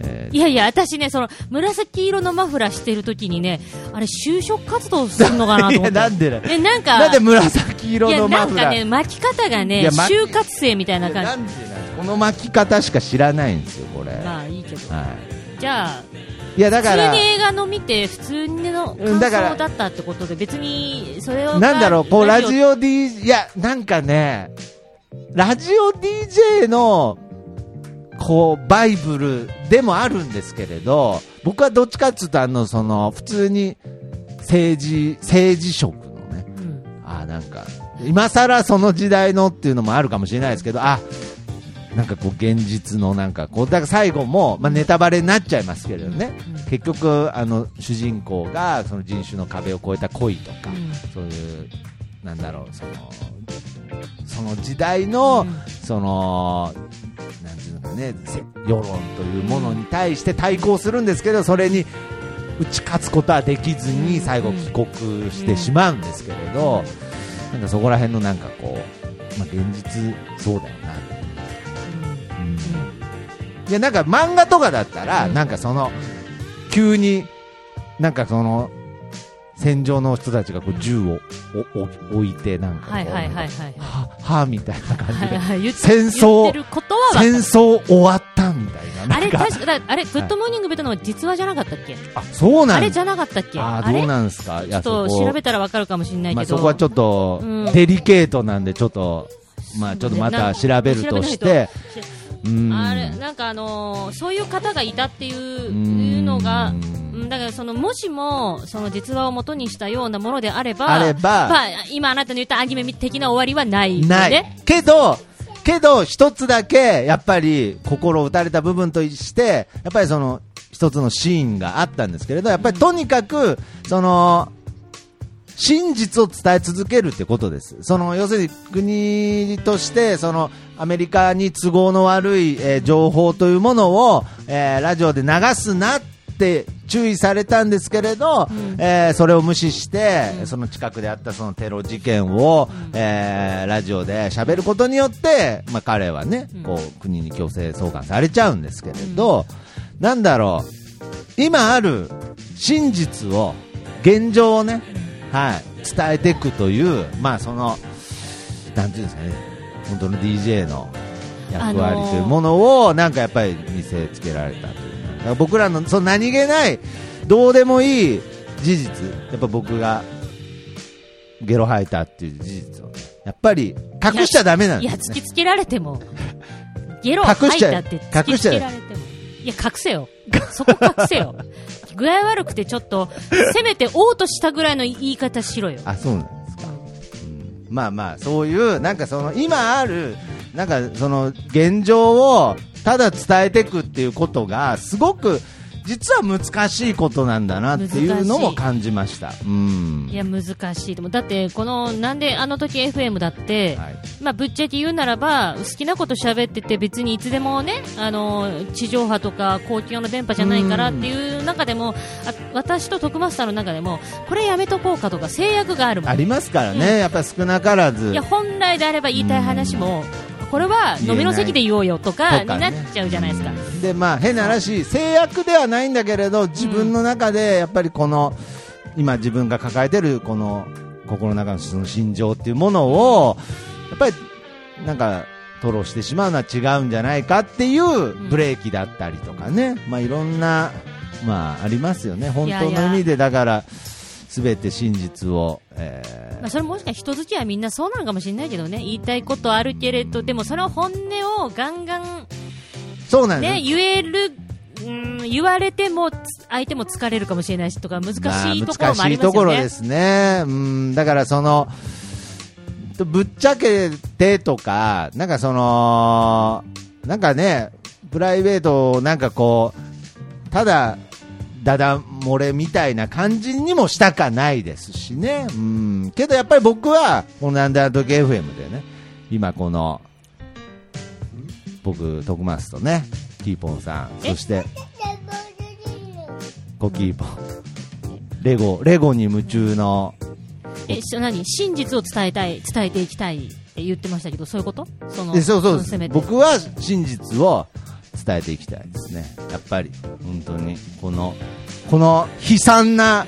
Speaker 3: え
Speaker 1: いやいや私ねその紫色のマフラーしてる時にねあれ就職活動するのかなと
Speaker 3: [laughs] ー、い
Speaker 1: 思って
Speaker 3: やなんでだ
Speaker 1: えなんか
Speaker 3: なんで紫色
Speaker 1: いや
Speaker 3: の
Speaker 1: な
Speaker 3: マ
Speaker 1: ん
Speaker 3: フラ
Speaker 1: か
Speaker 3: ー
Speaker 1: ね巻き方が
Speaker 3: い
Speaker 1: ね
Speaker 3: や巻き
Speaker 1: 就活生みたいな感
Speaker 3: なんでなんこの巻き方しか知らないんですよ、これ。
Speaker 1: じまあいいけど
Speaker 3: は
Speaker 1: じゃあ
Speaker 3: い、いやだ
Speaker 1: 普
Speaker 3: か
Speaker 1: 通
Speaker 3: ら
Speaker 1: に映画の見て普通の
Speaker 3: うん
Speaker 1: 感
Speaker 3: だから
Speaker 1: 想だったってことで別にそれを
Speaker 3: なんだろうこうラジ
Speaker 1: オ
Speaker 3: オ DJ いやなんかねラジオ DJ のこうバイブルでもあるんですけれど僕はどっちかっていうとあのその普通に政治政治色のね
Speaker 1: うん
Speaker 3: あーなんか今更その時代のっていうのもあるかもしれないですけどあなんかこう現実のなんかこうだから最後も、まあ、ネタバレになっちゃいますけれどね、
Speaker 1: うん
Speaker 3: 結局あの主人公がその人種の壁を越えた恋とか、
Speaker 1: うん
Speaker 3: そういうなんだろうそのその時代の、
Speaker 1: うん
Speaker 3: そのなんていうのかねせ世論というものに対して対抗するんですけどそれに打ち勝つことはできずに最後帰国してしまうんですけれど、なんかそこら辺のなんかこう、まあ、現実そうだよな、うんいやなんか漫画とかだったら、
Speaker 1: うん
Speaker 3: なんかその急になんかその戦場の人たちがこう銃をおお置いてなんかこう
Speaker 1: はいはいはいはい
Speaker 3: ははみたいな感じ
Speaker 1: はい
Speaker 3: で
Speaker 1: はい言って
Speaker 3: [laughs] 戦争
Speaker 1: 言ってることはわか
Speaker 3: 戦
Speaker 1: る
Speaker 3: 争終わったみたいな
Speaker 1: あ
Speaker 3: なん
Speaker 1: れ
Speaker 3: か
Speaker 1: 確かだあれグッドモーニングベトナムは実話じゃなかったっけ
Speaker 3: あそうなん
Speaker 1: あれじゃなかったっけ
Speaker 3: あ
Speaker 1: あ
Speaker 3: ーどう
Speaker 1: れち
Speaker 3: なんですかい
Speaker 1: ょ
Speaker 3: や
Speaker 1: っと
Speaker 3: そこ
Speaker 1: 調べたらわかるかもしれない
Speaker 3: まあ、
Speaker 1: けど
Speaker 3: そこはちょっと
Speaker 1: うん
Speaker 3: デリケートなんでちょっと、まあちょっとまた調べるとしてうん
Speaker 1: あれなんかあのーそういう方がいたっていう
Speaker 3: うん
Speaker 1: いうのがうんだからそのもしもその実話を元にしたようなものであれば
Speaker 3: あれば
Speaker 1: まあ今あなたの言ったアニメ的な終わりはないよ
Speaker 3: ない、
Speaker 1: ね
Speaker 3: けどけど一つだけやっぱり心を打たれた部分としてやっぱりその一つのシーンがあったんですけれどやっぱりとにかくその真実を伝え続けるってことです。その要するに国としてそのアメリカに都合の悪い、えー情報というものを、えーラジオで流すなって注意されたんですけれど、えーそれを無視して、その近くであったそのテロ事件を、えーラジオで喋ることによって、まあ、彼はね、こう国に強制送還されちゃうんですけれど、なんだろう今ある真実を現状をね、はい、伝えていくというまあそのなんていうんですかね本当の DJ の役割というものをなんかやっぱり見せつけられたというね、だから僕らのその何気ないどうでもいい事実やっぱ僕がゲロ吐いたっていう事実をねやっぱり隠しちゃダメなん
Speaker 1: い
Speaker 3: で
Speaker 1: や
Speaker 3: す
Speaker 1: 突
Speaker 3: ね
Speaker 1: きつけられてもゲロ
Speaker 3: 隠
Speaker 1: 吐
Speaker 3: し
Speaker 1: い
Speaker 3: ちゃ
Speaker 1: たって突
Speaker 3: 隠
Speaker 1: き
Speaker 3: しち
Speaker 1: つ
Speaker 3: ゃ
Speaker 1: けられてもいや隠せよそこ隠せよ具合悪くてちょっとせめて嘔吐したぐらいの言い方しろよ
Speaker 3: あそうなんですか、うんまあまあそういうなんかその今あるなんかその現状をただ伝えていくっていうことがすごく実は難しいことなんだなっていうのも感じましたうん
Speaker 1: いや難しいと思うだってこのなんであの時 FM だって、
Speaker 3: はい
Speaker 1: まあ、ぶっちゃけ言うならば好きなこと喋ってて別にいつでもねあの地上波とか公共の電波じゃないからっていう中でもあ私と徳マスターの中でもこれやめとこうかとか制約があるも
Speaker 3: あ
Speaker 1: ん
Speaker 3: りますからね、やっぱり少なからず
Speaker 1: いや本来であれば言いたい話もこれは飲みの席で言おうよとかに
Speaker 3: とか
Speaker 1: な
Speaker 3: ね
Speaker 1: っちゃうじゃないですか。
Speaker 3: うんでまあ変な話制約ではないんだけれど自分の中でやっぱりこの、今自分が抱えてるこの心の中のその心情っていうものをやっぱりなんか吐露してしまうのは違うんじゃないかっていうブレーキだったりとかね、まあいろんなまあありますよね本当の
Speaker 1: いやいや
Speaker 3: 意味でだから全て真実を、えー
Speaker 1: まあ、それもしかしたら人付き合いはみんなそうなのかもしれないけどね言いたいことあるけれどでもその本音をガンガン
Speaker 3: そうなんですよ
Speaker 1: ね、言えるうん言われてもつ相手も疲れるかもしれないしとか難し
Speaker 3: まあ
Speaker 1: いところもありますよね。
Speaker 3: 難しいところですね。うん、だからその、ぶっちゃけてとか、なんかその、なんかね、プライベートをなんかこう、ただ、だだ漏れみたいな感じにもしたかないですしね。うん。けどやっぱり僕は、このなんであの時 FM でね、今この、僕、徳松とね、キーポンさん、
Speaker 1: え
Speaker 3: そして、コキーポン、レゴ、レゴに夢中の、
Speaker 1: えし何真実を伝えたい伝えていきたいって言ってましたけどそういうことその
Speaker 3: えそうそう
Speaker 1: せめて
Speaker 3: 僕は真実を伝えていきたいですねやっぱり本当にこのこの悲惨な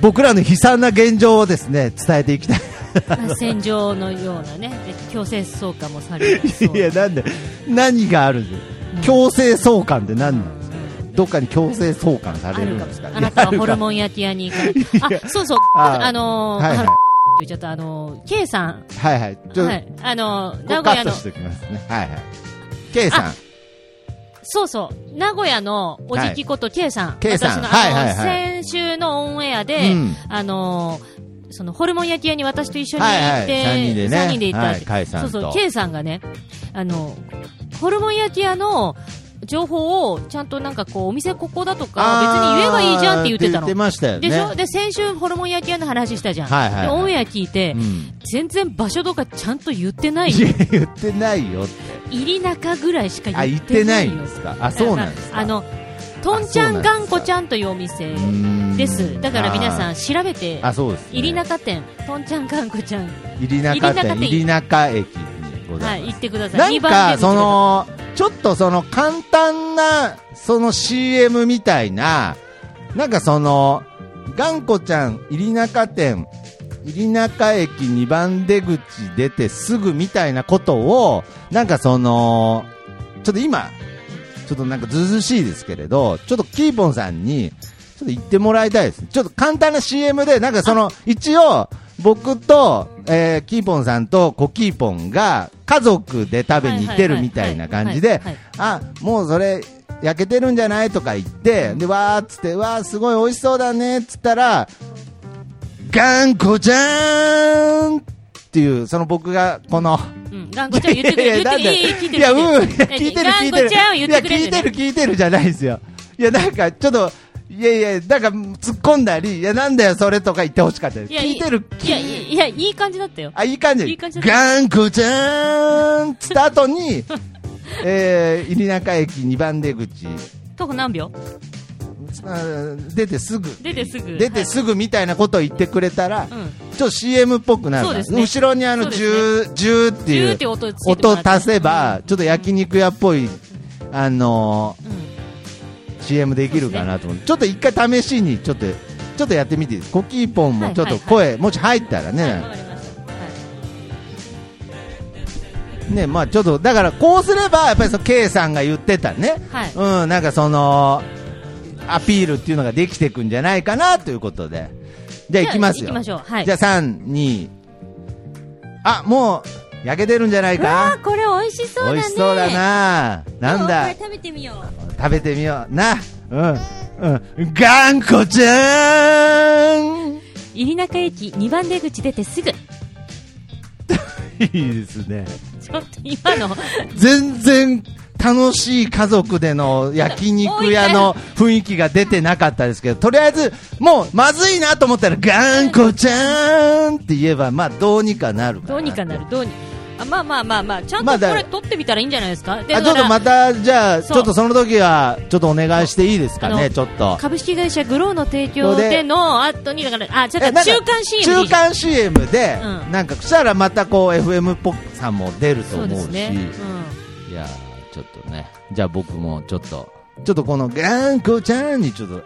Speaker 3: 僕らの悲惨な現状をですね伝えていきたい
Speaker 1: まあ [laughs] 戦場のようなねえ強制送還もされるそう
Speaker 3: いやなんで何があるんです強制送還って何なんですかどっかに強制送還さ
Speaker 1: あ
Speaker 3: れる
Speaker 1: る
Speaker 3: ん
Speaker 1: か
Speaker 3: ですか
Speaker 1: もあなたはホルモ
Speaker 3: ン
Speaker 1: ン焼き屋に行かれあそうそう
Speaker 3: あ
Speaker 1: あのー
Speaker 3: はいはい
Speaker 1: あの言っちゃったあのー K さん
Speaker 3: はいはいちょっと、
Speaker 1: はい、あのー
Speaker 3: ここ
Speaker 1: 名
Speaker 3: カ
Speaker 1: 古
Speaker 3: ッ
Speaker 1: 屋
Speaker 3: ト
Speaker 1: の
Speaker 3: しておきますねはいはい K さん
Speaker 1: あそうそう、名古屋のおじきこと K さん、
Speaker 3: K さ
Speaker 1: 私の、
Speaker 3: んはい
Speaker 1: あの
Speaker 3: はいはい
Speaker 1: 先週のオンエアで、
Speaker 3: うん
Speaker 1: あのーそのホルモン焼き屋に私と一緒に行って、
Speaker 3: はいはい三人でね
Speaker 1: 三人行った、
Speaker 3: はい甲斐さんと
Speaker 1: そうそう K さんがねあのホルモン焼き屋の情報をちゃんとなんかこうお店ここだとか別に言えばいいじゃんって言ってた
Speaker 3: あー
Speaker 1: の
Speaker 3: 言ってましたよね
Speaker 1: でしょで先週ホルモン焼き屋の話したじゃん、
Speaker 3: はいはいはい
Speaker 1: でオンエア聞いて、
Speaker 3: うん
Speaker 1: 全然場所とかちゃんと言ってない
Speaker 3: いや言ってないよって
Speaker 1: 入り中ぐらいしか
Speaker 3: あ
Speaker 1: 言
Speaker 3: 行
Speaker 1: っ
Speaker 3: って
Speaker 1: てな
Speaker 3: ないい
Speaker 1: よ
Speaker 3: んですかあそうなんですか
Speaker 1: あのとんちゃ
Speaker 3: あそうんな
Speaker 1: が
Speaker 3: んですか
Speaker 1: んこちゃんというお店
Speaker 3: ん
Speaker 1: ですだから皆さん調べて
Speaker 3: あそうです、ね、
Speaker 1: 入り中店とんちゃんがんこちゃん
Speaker 3: 入り中店入
Speaker 1: 入
Speaker 3: り
Speaker 1: り
Speaker 3: 中駅にござ
Speaker 1: はいい
Speaker 3: ま
Speaker 1: 行ってくだ
Speaker 3: す、
Speaker 1: さい二
Speaker 3: な
Speaker 1: 番出
Speaker 3: んか
Speaker 1: 口
Speaker 3: そのちょっとその簡単なその CM みたいななんかそのがんこちゃん入り中店入り中駅2番出口出てすぐみたいなことをなんかそのちょっと今ちょっとなんかずうずうしいですけれどちょっとキーポンさんにちょっと言ってもらいたいです。ちょっと簡単な CM で、なんかその、一応、僕と、えーキーポンさんとコキーポンが家族で食べに行ってるみたいな感じ
Speaker 1: は
Speaker 3: で
Speaker 1: いはいはい、
Speaker 3: あ、もうそれ、焼けてるんじゃないとか言って、で、わーっつって、わーすごい美味しそうだねっつったら、がんこちゃーんっていう、その僕が、この、
Speaker 1: うんがんこちゃん言ってく
Speaker 3: いや
Speaker 1: れ
Speaker 3: いや
Speaker 1: 言ってくれ
Speaker 3: なんで
Speaker 1: いいいい聞いてる
Speaker 3: いや、うん、いや
Speaker 1: 聞いてる
Speaker 3: 聞いてる、
Speaker 1: が
Speaker 3: 聞
Speaker 1: ん
Speaker 3: いて
Speaker 1: こ
Speaker 3: る。
Speaker 1: ちゃんを言ってく
Speaker 3: いや、
Speaker 1: れ
Speaker 3: 聞いて
Speaker 1: て
Speaker 3: る、
Speaker 1: ね
Speaker 3: 聞いてるじゃないですよ。いや、なんか、ちょっと、いやいや、なんか、突っ込んだり、いや、なんだよ、それとか言ってほしかったです。
Speaker 1: いや
Speaker 3: 聞いてる、
Speaker 1: いやいやいやいい感じだったよ
Speaker 3: あ、いい感じ。
Speaker 1: いい感じだ
Speaker 3: がんこちゃーんっつった
Speaker 1: [laughs]
Speaker 3: 後に、えー、入中駅2番出口、
Speaker 1: 徒歩何秒
Speaker 3: あー出てすぐ。
Speaker 1: 出てすぐ
Speaker 3: 出てすぐみたいなことを言ってくれたら、ち
Speaker 1: う
Speaker 3: ょ
Speaker 1: ん
Speaker 3: っと CM っぽくなるから、
Speaker 1: そうです
Speaker 3: 後
Speaker 1: ね
Speaker 3: ろにあの、
Speaker 1: そう
Speaker 3: ジ
Speaker 1: で
Speaker 3: ュー、ジューっ
Speaker 1: ジ
Speaker 3: て
Speaker 1: ュ
Speaker 3: い
Speaker 1: ー
Speaker 3: う
Speaker 1: って音をつけて
Speaker 3: 音
Speaker 1: も
Speaker 3: を
Speaker 1: らって
Speaker 3: 足せば、ちょっと焼肉屋っぽい、あのー、
Speaker 1: うん
Speaker 3: CM できるかなと思って、ちょっと一回試しにちょっとちょっとやってみていいですかコキーポンもちょっと声、もし入ったらね、
Speaker 1: はいわかりましたはい
Speaker 3: ねまあちょっとだからこうすればやっぱりその K さんが言ってたね、
Speaker 1: はい
Speaker 3: うんなんかそのアピールっていうのができていくんじゃないかなということでじゃあ
Speaker 1: じゃ
Speaker 3: 行
Speaker 1: あ
Speaker 3: きますよ
Speaker 1: 行きましょうはい
Speaker 3: じゃあ32あもう焼けてるんじゃない
Speaker 1: わ
Speaker 3: か
Speaker 1: あこれ美味しそうだね
Speaker 3: 美味しそうだななんだ
Speaker 1: 今日これ食べてみよう
Speaker 3: 食べてみようなうんうんがんこちゃん [laughs]
Speaker 1: 入中駅2番出口出てすぐち
Speaker 3: いいですね
Speaker 1: ょっと今の
Speaker 3: 全然楽しい家族での焼肉屋の雰囲気が出てなかったですけどとりあえずもうまずいなと思ったらがんこちゃんって言えばまあどうにかなるかな
Speaker 1: どうにかなるどうにあまあまあまあまあちゃん
Speaker 3: まあ
Speaker 1: と
Speaker 3: だ
Speaker 1: これ取ってみたらいいんじゃないですかで
Speaker 3: あ
Speaker 1: だ
Speaker 3: ちょ
Speaker 1: か
Speaker 3: っとま
Speaker 1: ら
Speaker 3: たじゃあち
Speaker 1: そう
Speaker 3: ょっとその時はちょっとお願いしていいですか
Speaker 1: あ
Speaker 3: ね
Speaker 1: の
Speaker 3: ちょっと
Speaker 1: 株式会社グローの提供での後にだからあちょっと
Speaker 3: えなんか
Speaker 1: 中間 CM
Speaker 3: 中間 CM で、
Speaker 1: うん
Speaker 3: なんかそしたらまたこう FM っぽくさんも出ると
Speaker 1: そ
Speaker 3: 思
Speaker 1: う
Speaker 3: うし
Speaker 1: ですね、
Speaker 3: いやーちょっとねじゃあ僕もちょっとちょっとこのがんこちゃんにちょっと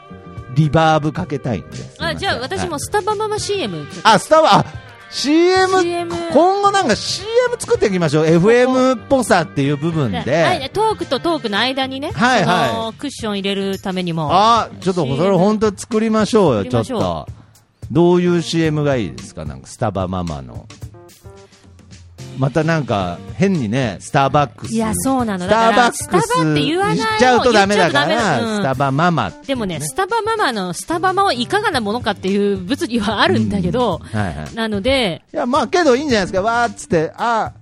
Speaker 3: リバーブかけたいんです
Speaker 1: うん、あじゃあ私も
Speaker 3: はい
Speaker 1: スタバママ CM ちょっと
Speaker 3: あスタバあ CM,
Speaker 1: CM
Speaker 3: 今後なんか CM 作っていきましょう FM っぽさっていう部分で、
Speaker 1: はいトークとトークの間にね、
Speaker 3: はいはい
Speaker 1: そのクッション入れるためにも
Speaker 3: あちょっとそれ本当作りましょうよ
Speaker 1: 作り
Speaker 3: ちょ
Speaker 1: ましょう
Speaker 3: っとどういう CM がいいですかなんかスタバママのまたなんか変にねスターバックス
Speaker 1: いやそうなの
Speaker 3: ス
Speaker 1: だか
Speaker 3: ターバ
Speaker 1: ら
Speaker 3: ックス
Speaker 1: スタバって言わない
Speaker 3: っちゃうとダメだか
Speaker 1: 言っちゃうとダメだう
Speaker 3: ら
Speaker 1: ん
Speaker 3: スタバママっていう
Speaker 1: でもね、スタバママのスタバマをいかがなものかっていう物議はあるんだけど、
Speaker 3: はいはい
Speaker 1: なので、
Speaker 3: いやまあけどいいんじゃないですかわーっつってあ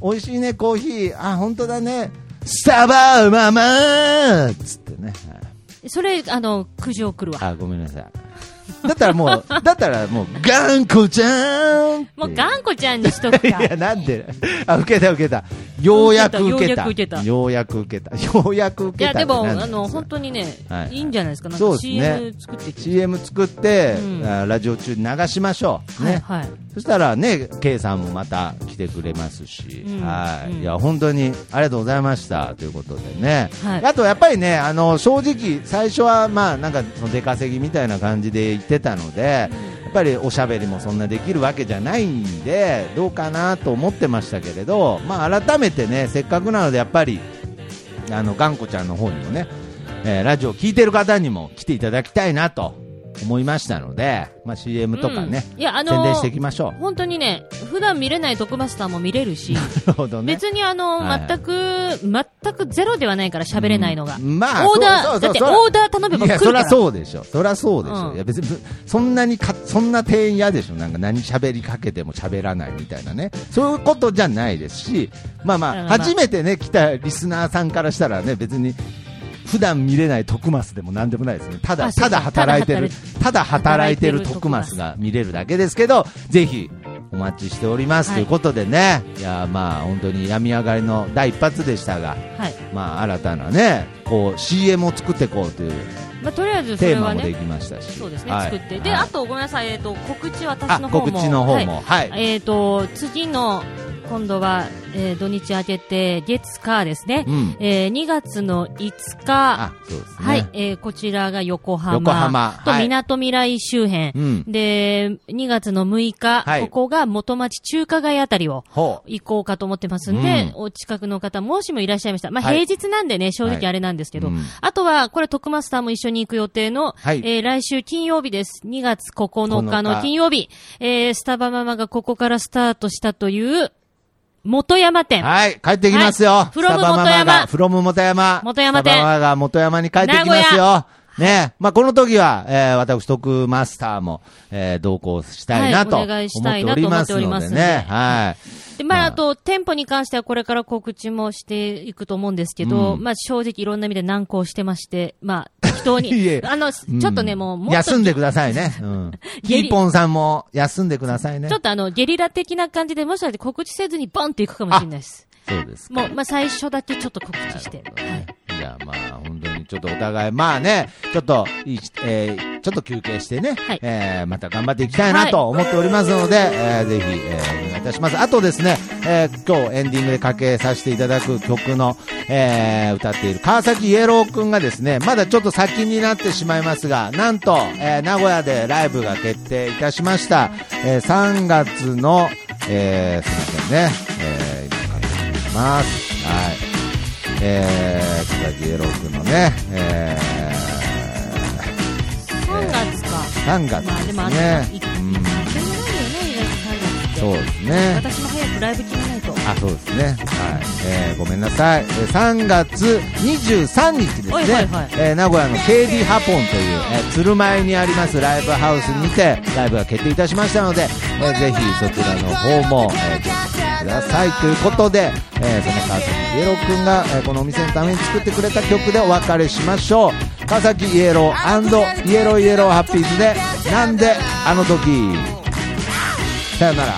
Speaker 3: ー美味しいねコーヒーあ本当だねスタバーママーっつってね、はい
Speaker 1: それ、あの、苦情来るわ。
Speaker 3: あごめんなさいだったらもうだったらもう頑固ちゃんって
Speaker 1: もう、頑固ちゃんにしとく
Speaker 3: い
Speaker 1: か。
Speaker 3: やなんであ受けた受けたようやく受けた
Speaker 1: ようやく受けた
Speaker 3: ようやく受けた
Speaker 1: い
Speaker 3: ようやく受けた
Speaker 1: や、でも、
Speaker 3: ってなん
Speaker 1: あ
Speaker 3: だ
Speaker 1: の、本当にね、
Speaker 3: はい
Speaker 1: い、いんじゃないですか。なん
Speaker 3: そう
Speaker 1: か
Speaker 3: ですね
Speaker 1: CM 作ってきて。
Speaker 3: CM 作って、
Speaker 1: うん
Speaker 3: あラジオ中に流しましょう、ね
Speaker 1: はい、はい。
Speaker 3: そしたらね K さんもまた来てくれますし、
Speaker 1: うん
Speaker 3: はい、
Speaker 1: うん
Speaker 3: いや本当にありがとうございましたということでね、
Speaker 1: はい
Speaker 3: あとやっぱりねあの正直最初はまあなんかその出稼ぎみたいな感じで行ってたので、やっぱりおしゃべりもそんなできるわけじゃないんでどうかなと思ってましたけれど、まあ、改めてねせっかくなのでやっぱりあの頑固ちゃんの方にもね、えーラジオ聞いてる方にも来ていただきたいなと思いましたので、まあ、CM とかね、
Speaker 1: うんいや、あ
Speaker 3: 宣
Speaker 1: の
Speaker 3: 伝していきましょう。 [laughs]
Speaker 1: 本当にね、普段見れないトクマスターも見れるし、
Speaker 3: なるほどね。
Speaker 1: 別にあの、
Speaker 3: はいはい
Speaker 1: 全く、全くゼロではないから喋れないのが。
Speaker 3: うんまあ
Speaker 1: オーダ
Speaker 3: そ
Speaker 1: ー、
Speaker 3: う
Speaker 1: だ
Speaker 3: そうそう
Speaker 1: って
Speaker 3: そ
Speaker 1: オ
Speaker 3: う
Speaker 1: ーダー頼めば
Speaker 3: い
Speaker 1: 来
Speaker 3: や
Speaker 1: る
Speaker 3: そ
Speaker 1: か
Speaker 3: り
Speaker 1: ら。
Speaker 3: ゃそうでしょ、そりゃそうでしょ、
Speaker 1: うん
Speaker 3: いや別にぶそんなにかそんな店員嫌でしょ、なんか何喋りかけても喋らないみたいなね、そういうことじゃないですし、まあまあ、
Speaker 1: まあまあ
Speaker 3: 初めてね来たリスナーさんからしたらね、別に普段見れない徳マスでもなんでもないですね、ただ
Speaker 1: あそうそう
Speaker 3: ただ働いてる、ただ働いてる
Speaker 1: 働いてる
Speaker 3: 徳マスが見れるだけですけど、ぜひお待ちしております、
Speaker 1: はい
Speaker 3: ということでね、いやまあ本当に病み上がりの第一発でしたが。
Speaker 1: はい。
Speaker 3: まあ、新たなねこう CM を作っていこうという
Speaker 1: まあ、とりあえず、それ
Speaker 3: テーマ
Speaker 1: は
Speaker 3: もで
Speaker 1: ね、
Speaker 3: きましたし、
Speaker 1: そうですね、
Speaker 3: はい
Speaker 1: 作って。で、
Speaker 3: はい
Speaker 1: あと、ごめんなさい、えっ、と、告知私
Speaker 3: あ
Speaker 1: の方も。
Speaker 3: 告知の方もはい、
Speaker 1: はいえっ、と、次の、今度は、えー土日明けて、月火ですね。
Speaker 3: うん
Speaker 1: えー2月の5日
Speaker 3: あ、そうですね
Speaker 1: はい、えーこちらが横浜。
Speaker 3: 横浜
Speaker 1: と、
Speaker 3: はい
Speaker 1: 港未来周辺。
Speaker 3: うん
Speaker 1: で、2月の6日、
Speaker 3: はい
Speaker 1: ここが元町中華街あたりを。
Speaker 3: ほう
Speaker 1: 行こうかと思ってますんで、
Speaker 3: う
Speaker 1: お近くの方、もしもいらっしゃいましたら。まあ、
Speaker 3: は
Speaker 1: 平
Speaker 3: い
Speaker 1: 日なんでね、正
Speaker 3: はい
Speaker 1: 直あれなんですけど。
Speaker 3: うん
Speaker 1: あとは、これ、徳マスターも一緒に行く予定の、
Speaker 3: はい
Speaker 1: えー来週金曜日です。2月9日
Speaker 3: 9
Speaker 1: の金曜日、えースタバママがここからスタートしたという、元山店。
Speaker 3: はい帰ってきますよ、
Speaker 1: はい from
Speaker 3: スタバママが
Speaker 1: 元山
Speaker 3: from 元山
Speaker 1: 元山で
Speaker 3: スタバママが元山に帰ってきます
Speaker 1: 名古
Speaker 3: よねまあ、この時は、えー、私、徳マスターも、えー、同行したいなと
Speaker 1: はいお
Speaker 3: 思っ
Speaker 1: 願いしてたいな
Speaker 3: お
Speaker 1: と
Speaker 3: り
Speaker 1: 思
Speaker 3: ま
Speaker 1: って
Speaker 3: す
Speaker 1: おり
Speaker 3: の
Speaker 1: ま
Speaker 3: ですね、はい。
Speaker 1: で、ま
Speaker 3: ま
Speaker 1: あ、
Speaker 3: あ
Speaker 1: あと、店舗に関してはこれから告知もしていくと思うんですけど、
Speaker 3: うん
Speaker 1: まあ、正直いろんな意味で難航してまして、まあ、適当
Speaker 3: [laughs] いえ
Speaker 1: に、あの、ちょっとね、
Speaker 3: ん
Speaker 1: もう、もっと
Speaker 3: 休んでください
Speaker 1: [laughs]
Speaker 3: ね。うん。キーポンさんも休んでくださいね。
Speaker 1: ちょっとあの、ゲリラ的な感じで、もしかして告知せずにボンっていくかもしれないです。
Speaker 3: そうですか
Speaker 1: もう、まあ、最初だけちょっと告知して。はい。
Speaker 3: いや、まあ、本当にちょっとお互い、まあね、ちょっと、いえーちょっと休憩してね、
Speaker 1: はい
Speaker 3: えーまた頑張っていきたいなと思っておりますので、えーぜひ、えーお願いいたします。あとですね、えー今日エンディングでかけさせていただく曲の、えー歌っている川崎イエローくんがですね、まだちょっと先になってしまいますが、なんと、えー名古屋でライブが決定いたしました。えー3月の、えーすいませんね、えー今からやります。はい。えー、高木エロ君のね、え
Speaker 1: 3月か。
Speaker 3: ー、3月
Speaker 1: まあ、
Speaker 3: で
Speaker 1: ですも、あの、
Speaker 3: ね
Speaker 1: い、。でも
Speaker 3: うん
Speaker 1: ないよね、意外と3月って。
Speaker 3: そうですね。
Speaker 1: 私も早くライブ決めないと。
Speaker 3: あ、そうですね。はい。えー、ごめんなさい。えー、3月23日ですね。
Speaker 1: はいはいはい
Speaker 3: えー、名古屋の KD ハポンという、えー、鶴舞にありますライブハウスにて、ライブが決定いたしましたので、えー、ぜひそちらの方も、えー、チェックしてください。ということで、えー、その川崎イエローくんが、えー、このお店のために作ってくれた曲でお別れしましょう。川崎イエローイエローイエローハッピーズで、なんであの時。さよなら。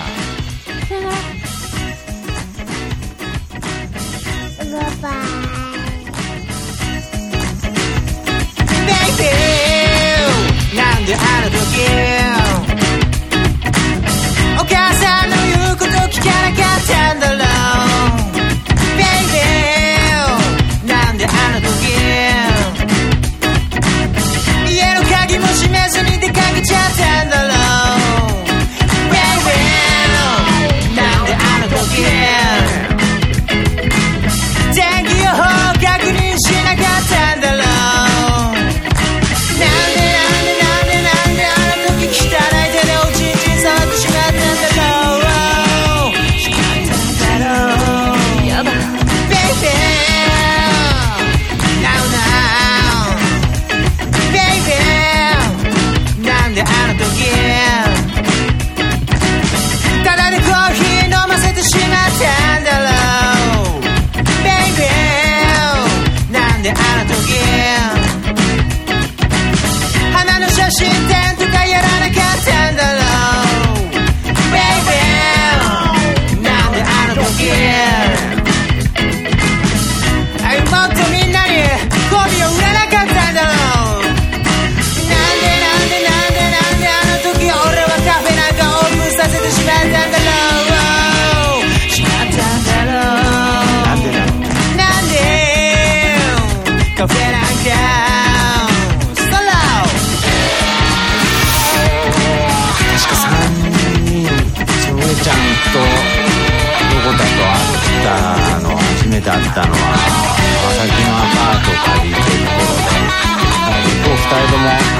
Speaker 4: Baby なんであの時お母さんの言うこと聞かなかったんだろう Baby なんであの時家の鍵も閉めずに出かけちゃったんだろう Baby なんであの時天気予報確認しなかったんだろうなんでなんでなんでなんであの時汚い手でおちんちん触ってしまったんだろうしまったんだ転とかやらなかったんだろう Baby なんであの時あいもっとみんなに媚びを売らなかったんだろうなんでなんでなんでなんであの時俺はカフェなんかオープンさせてしまったんだろうしまったんだろうなんでカフェなんかソロ
Speaker 3: 確か3人その上ちゃんとどこだと会ったの初めて会ったのは川崎のアパート借りてる頃であと2人とも